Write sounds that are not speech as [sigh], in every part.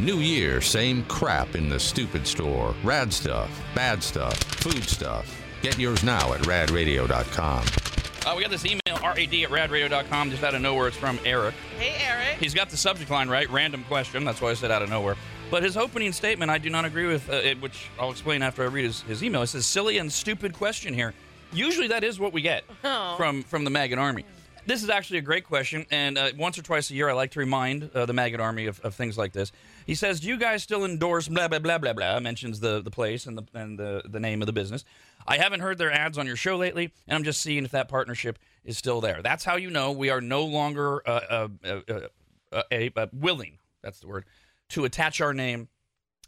New year, same crap in the stupid store. Rad stuff, bad stuff, food stuff. Get yours now at radradio.com. Uh, we got this email, rad at radradio.com, just out of nowhere. It's from Eric. Hey, Eric. He's got the subject line right, random question. That's why I said out of nowhere. But his opening statement, I do not agree with, uh, it, which I'll explain after I read his, his email. It says, silly and stupid question here. Usually that is what we get [laughs] Oh. from, from the Maggot Army. This is actually a great question, and uh, once or twice a year I like to remind uh, the Maggot Army of, of things like this. He says, Do you guys still endorse blah, blah, blah, blah, blah? Mentions the, the place and, the, and the, the name of the business. I haven't heard their ads on your show lately, and I'm just seeing if that partnership is still there. That's how you know we are no longer uh, uh, uh, uh, a, uh, willing, that's the word, to attach our name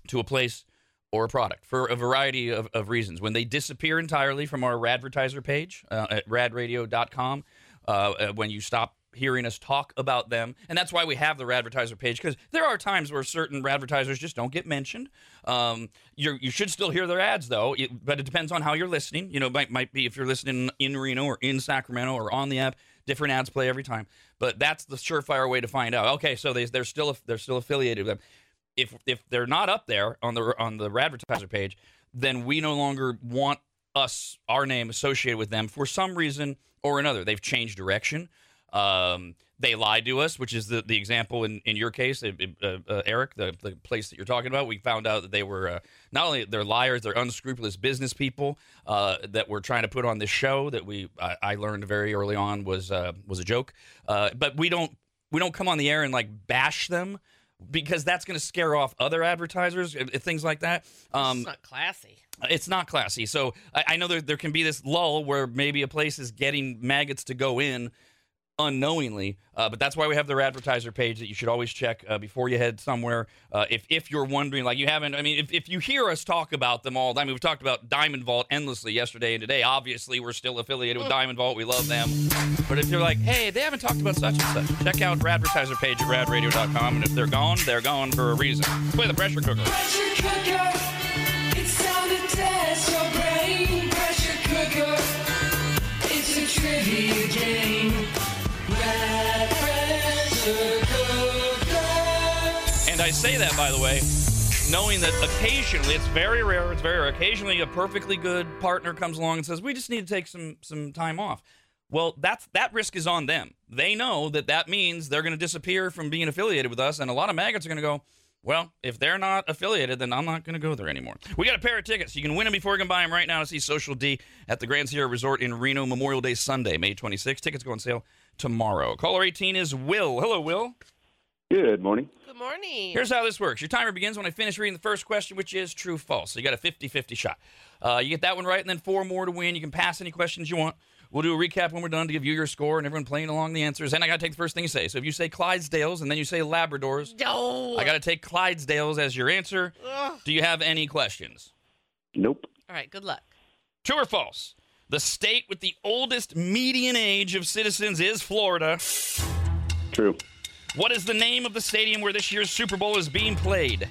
to a place or a product for a variety of, of reasons. When they disappear entirely from our advertiser page uh, at radradio.com, uh, uh, when you stop hearing us talk about them, and that's why we have the radvertiser page because there are times where certain radvertisers just don't get mentioned. Um, you're, you should still hear their ads though, it, but it depends on how you're listening. You know, might might be if you're listening in Reno or in Sacramento or on the app different ads play every time. But that's the surefire way to find out. Okay, so they they're still they're still affiliated with them. If if they're not up there on the on the advertiser page, then we no longer want us our name associated with them for some reason or another. They've changed direction. Um, they lied to us, which is the, the example in, in your case, it- it- uh, uh, Eric, the, the place that you're talking about. We found out that they were uh, not only they're liars, they're unscrupulous business people uh, that we're trying to put on this show that we I, I learned very early on was uh, was a joke. Uh, but we don't we don't come on the air and like bash them because that's going to scare off other advertisers, uh, things like that. Um, it's not classy. it's not classy. So I, I know there there can be this lull where maybe a place is getting maggots to go in unknowingly, uh, but that's why we have their advertiser page that you should always check uh, before you head somewhere. Uh, if if you're wondering, like you haven't, I mean, if, if you hear us talk about them all, I mean, we've talked about Diamond Vault endlessly yesterday and today. Obviously, we're still affiliated with Diamond Vault. We love them. But if you're like, hey, they haven't talked about such and such, check out our advertiser page at radradio.com. And if they're gone, they're gone for a reason. Play the pressure cooker. Pressure cooker. It's time to test your brain. Pressure cooker. It's a trivia game. Red pressure cooker. And I say that, by the way, knowing that occasionally, it's very rare, it's very rare, occasionally a perfectly good partner comes along and says, we just need to take some, some time off. Well, that's that risk is on them. They know that that means they're going to disappear from being affiliated with us, and a lot of maggots are going to go. Well, if they're not affiliated, then I'm not going to go there anymore. We got a pair of tickets. You can win them before you can buy them right now to see Social D at the Grand Sierra Resort in Reno Memorial Day Sunday, May 26. Tickets go on sale tomorrow. Caller 18 is Will. Hello, Will. Good morning. Good morning. Here's how this works. Your timer begins when I finish reading the first question, which is true false. So you got a 50 50 shot. Uh, you get that one right, and then four more to win. You can pass any questions you want. We'll do a recap when we're done to give you your score and everyone playing along the answers. And I got to take the first thing you say. So if you say Clydesdales and then you say Labradors, no. I got to take Clydesdales as your answer. Ugh. Do you have any questions? Nope. All right. Good luck. True or false? The state with the oldest median age of citizens is Florida. True. What is the name of the stadium where this year's Super Bowl is being played?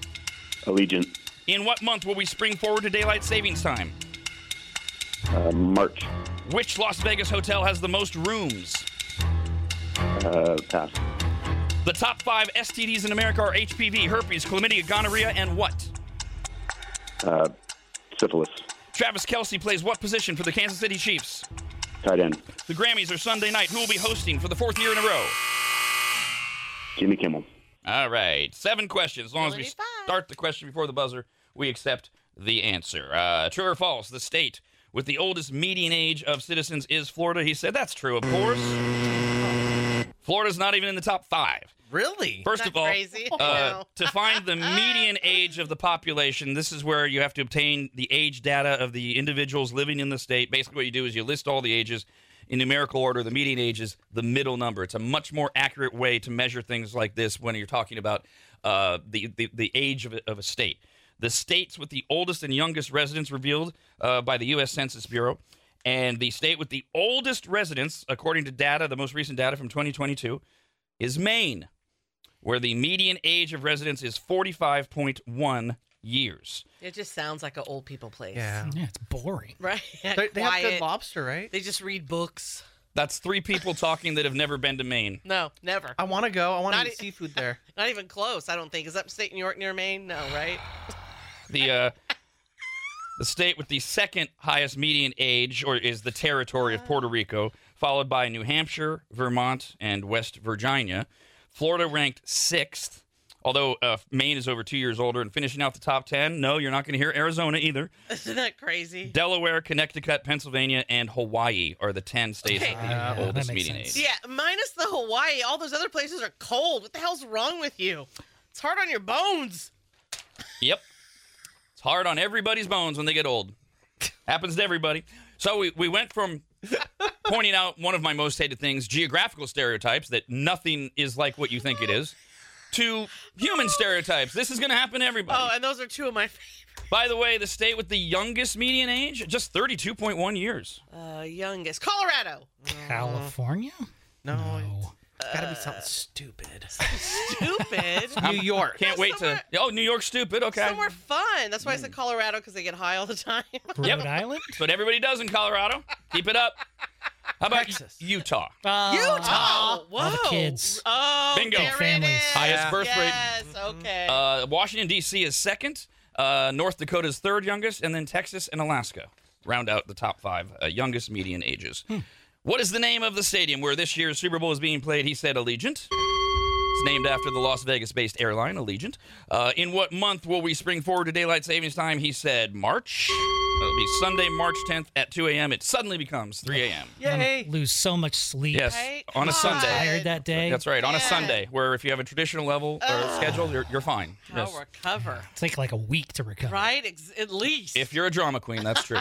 Allegiant. In what month will we spring forward to daylight savings time? Uh, March. Which Las Vegas hotel has the most rooms? Uh, pass. The top five STDs in America are HPV, herpes, chlamydia, gonorrhea, and what? Uh, syphilis. Travis Kelsey plays what position for the Kansas City Chiefs? Tight end. The Grammys are Sunday night. Who will be hosting for the fourth year in a row? Jimmy Kimmel. All right, seven questions. As long as we Only five. start the question before the buzzer, we accept the answer. Uh, true or false? The state with the oldest median age of citizens is Florida. He said that's true, of course. Florida's not even in the top five. Really? First Not of all, crazy. uh, [laughs] No. to find [laughs] the median age of the population, this is where you have to obtain the age data of the individuals living in the state. Basically, what you do is you list all the ages in numerical order. The median age is the middle number. It's a much more accurate way to measure things like this when you're talking about uh, the, the the age of a, of a state. The states with the oldest and youngest residents revealed uh, by the U.S. Census Bureau. And the state with the oldest residents, according to data, the most recent data from 2022, is Maine where the median age of residents is 45.1 years. It just sounds like an old people place. Yeah. Yeah, it's boring. [laughs] Right. They, they have Quiet. good lobster, right? They just read books. That's three people talking that have never been to Maine. No, never. I want to go. I want Not to eat e- seafood [laughs] there. Not even close, I don't think. Is upstate New York near Maine? No, right? [laughs] The uh, the state with the second highest median age, or is the territory of Puerto Rico, followed by New Hampshire, Vermont, and West Virginia. Florida ranked sixth, although uh, Maine is over two years older. And finishing out the top ten, no, you're not going to hear Arizona either. Isn't that crazy? Delaware, Connecticut, Pennsylvania, and Hawaii are the ten states with Okay. the Ah, that oldest makes median sense. age. Yeah, minus the Hawaii. All those other places are cold. What the hell's wrong with you? It's hard on your bones. Yep. It's hard on everybody's bones when they get old. Happens to everybody. So we, we went [laughs] from pointing out one of my most hated things, geographical stereotypes, that nothing is like what you think it is, to human stereotypes. This is going to happen to everybody. Oh, and those are two of my favorite. By the way, the state with the youngest median age, just 32.1 years. [laughs] Uh, youngest. Colorado. California? Mm-hmm. No, it's got to be something stupid. [laughs] Stupid. New York. Can't wait to. Oh, New York's stupid. Okay. Somewhere fun. That's why I said Colorado because they get high all the [laughs] time. Rhode Yep. Island? That's what everybody does in Colorado. Keep it up. How about Texas. Utah? Uh, Utah. Whoa. all the kids. Oh, Bingo. There Families. It is. Highest birth rate. yes, Okay. Uh, Washington D.C. is second. Uh, North Dakota's third youngest, and then Texas and Alaska round out the top five uh, youngest median ages. What is the name of the stadium where this year's Super Bowl is being played? He said Allegiant. It's named after the Las Vegas-based airline Allegiant. Uh, in what month will we spring forward to daylight savings time? He said March. It'll be Sunday, March 10th at 2 a.m. It suddenly becomes 3 a.m. I'm gonna Yay. lose so much sleep. Yes, Right? on a Come Sunday. on. Tired that day. That's right, on a Yeah. Sunday, where if you have a traditional level or schedule, you're, you're fine. How recover. Take like a week to recover. Right? Ex- at least. If you're a drama queen, that's [laughs] true.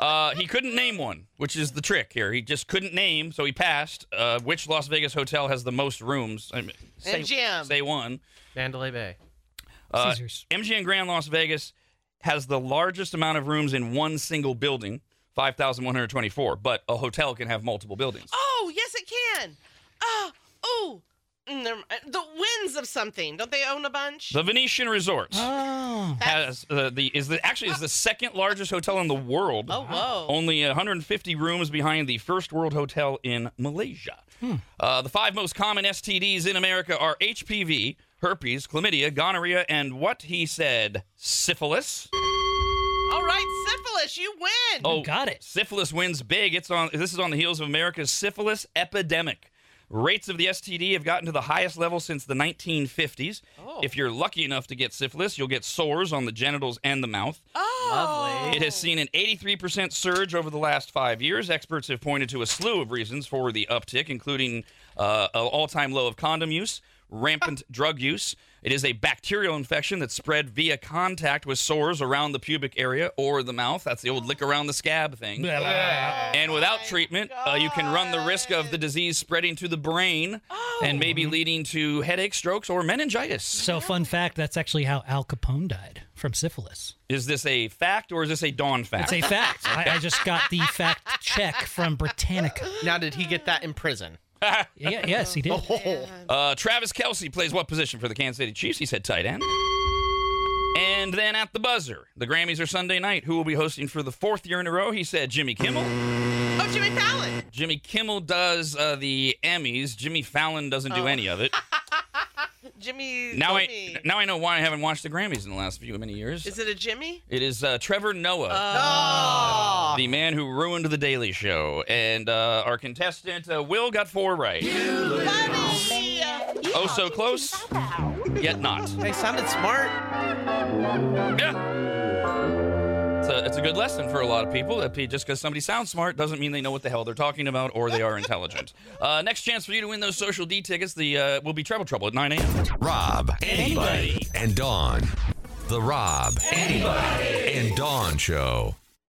Uh, he couldn't name one, which is the trick here. He just couldn't name, so he passed. Uh, which Las Vegas hotel has the most rooms? I mean, say, MGM. Say one. Mandalay Bay. Uh, Caesars. MGM Grand Las Vegas has the largest amount of rooms in one single building, 5,124. But a hotel can have multiple buildings. oh, yes, it can. Oh, oh. never mind. The winds of something. Don't they own a bunch? The Venetian Resort Oh, has uh, the is the actually is the second largest hotel in the world. oh, whoa. Only 150 rooms behind the First World Hotel in Malaysia. Uh, the five most common STDs in America are HPV, herpes, chlamydia, gonorrhea, and what he said, syphilis. All right, syphilis, you win. Oh, got it. syphilis wins big. It's on. This is on the heels of America's syphilis epidemic. Rates of the STD have gotten to the highest level since the 1950s. Oh. If you're lucky enough to get syphilis, you'll get sores on the genitals and the mouth. Oh. It has seen an 83% surge over the last five years. Experts have pointed to a slew of reasons for the uptick, including uh, an all time low of condom use, rampant drug use. It is a bacterial infection that's spread via contact with sores around the pubic area or the mouth. That's the old lick around the scab thing. Blah, blah, blah. And without treatment, uh, you can run the risk of the disease spreading to the brain and maybe leading to headache, strokes, or meningitis. So, fun fact that's actually how Al Capone died from syphilis. Is this a fact or is this a dawn fact? It's a fact. I, I just got the fact check from Britannica. Now, did he get that in prison? Yeah, yes, he did. Oh. Uh, Travis Kelsey plays what position for the Kansas City Chiefs? He said tight end. And then at the buzzer, the Grammys are Sunday night. Who will be hosting for the fourth year in a row? He said Jimmy Kimmel. Oh, Jimmy Fallon. Jimmy Kimmel does uh, the Emmys. Jimmy Fallon doesn't Oh. do any of it. [laughs] Jimmy. Now I Jimmy. now I know why I haven't watched the Grammys in the last few many years. Is it a Jimmy? it is uh, Trevor Noah. Oh. The man who ruined The Daily Show. And uh, our contestant, uh, Will, got four right. Buddy. Oh, so close, yet not. They sounded smart. Yeah. It's a, it's a good lesson for a lot of people that pe- just because somebody sounds smart doesn't mean they know what the hell they're talking about or they are intelligent. Uh, next chance for you to win those social D tickets the uh, will be Trouble Trouble at 9 a.m. Rob, anybody, and Dawn. The Rob, anybody, and Dawn Show.